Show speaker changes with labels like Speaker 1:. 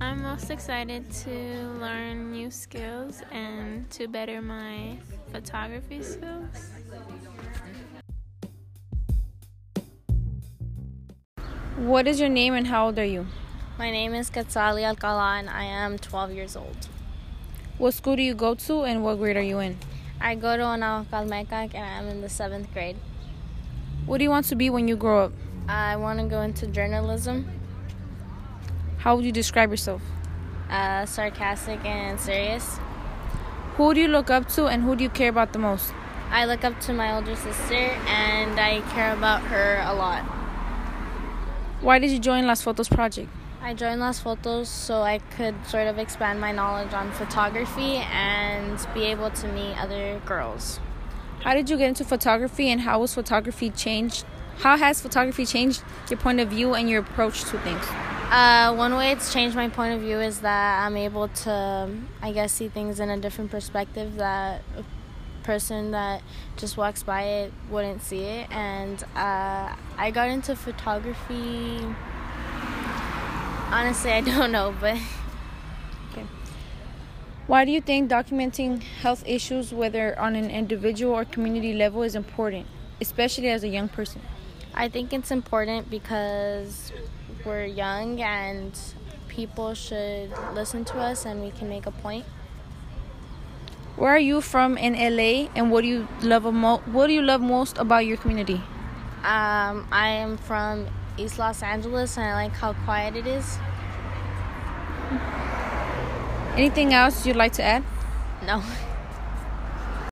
Speaker 1: I'm most excited to learn new skills and to better my photography skills.
Speaker 2: What is your name and how old are you?
Speaker 3: My name is Katsali Alcala and I am 12 years old.
Speaker 2: What school do you go to and what grade are you in?
Speaker 3: I go to Anao Kalmekak and I am in the seventh grade.
Speaker 2: What do you want to be when you grow up?
Speaker 3: I want to go into journalism,
Speaker 2: How would you describe yourself?
Speaker 3: uh, sarcastic and serious.
Speaker 2: Who do you look up to and who do you care about the most?
Speaker 3: I look up to my older sister and I care about her a lot.
Speaker 2: Why did you join Las Fotos Project?
Speaker 3: I joined Las Fotos so I could sort of expand my knowledge on photography and be able to meet other girls.
Speaker 2: How did you get into photography and how was photography changed? How has photography changed your point of view and your approach to things?
Speaker 3: Uh, one way it's changed my point of view is that I'm able to, I guess, see things in a different perspective that a person that just walks by it wouldn't see it. And uh, I got into photography. Honestly, I don't know, but
Speaker 2: Why do you think documenting health issues, whether on an individual or community level, is important, especially as a young person?
Speaker 3: I think it's important because we're young and people should listen to us and we can make a point.
Speaker 2: Where are you from in LA, and what do you love mo- What do you love most about your community?
Speaker 3: Um, I am from East Los Angeles and I like how quiet it is.
Speaker 2: Anything else you'd like to add?
Speaker 3: No.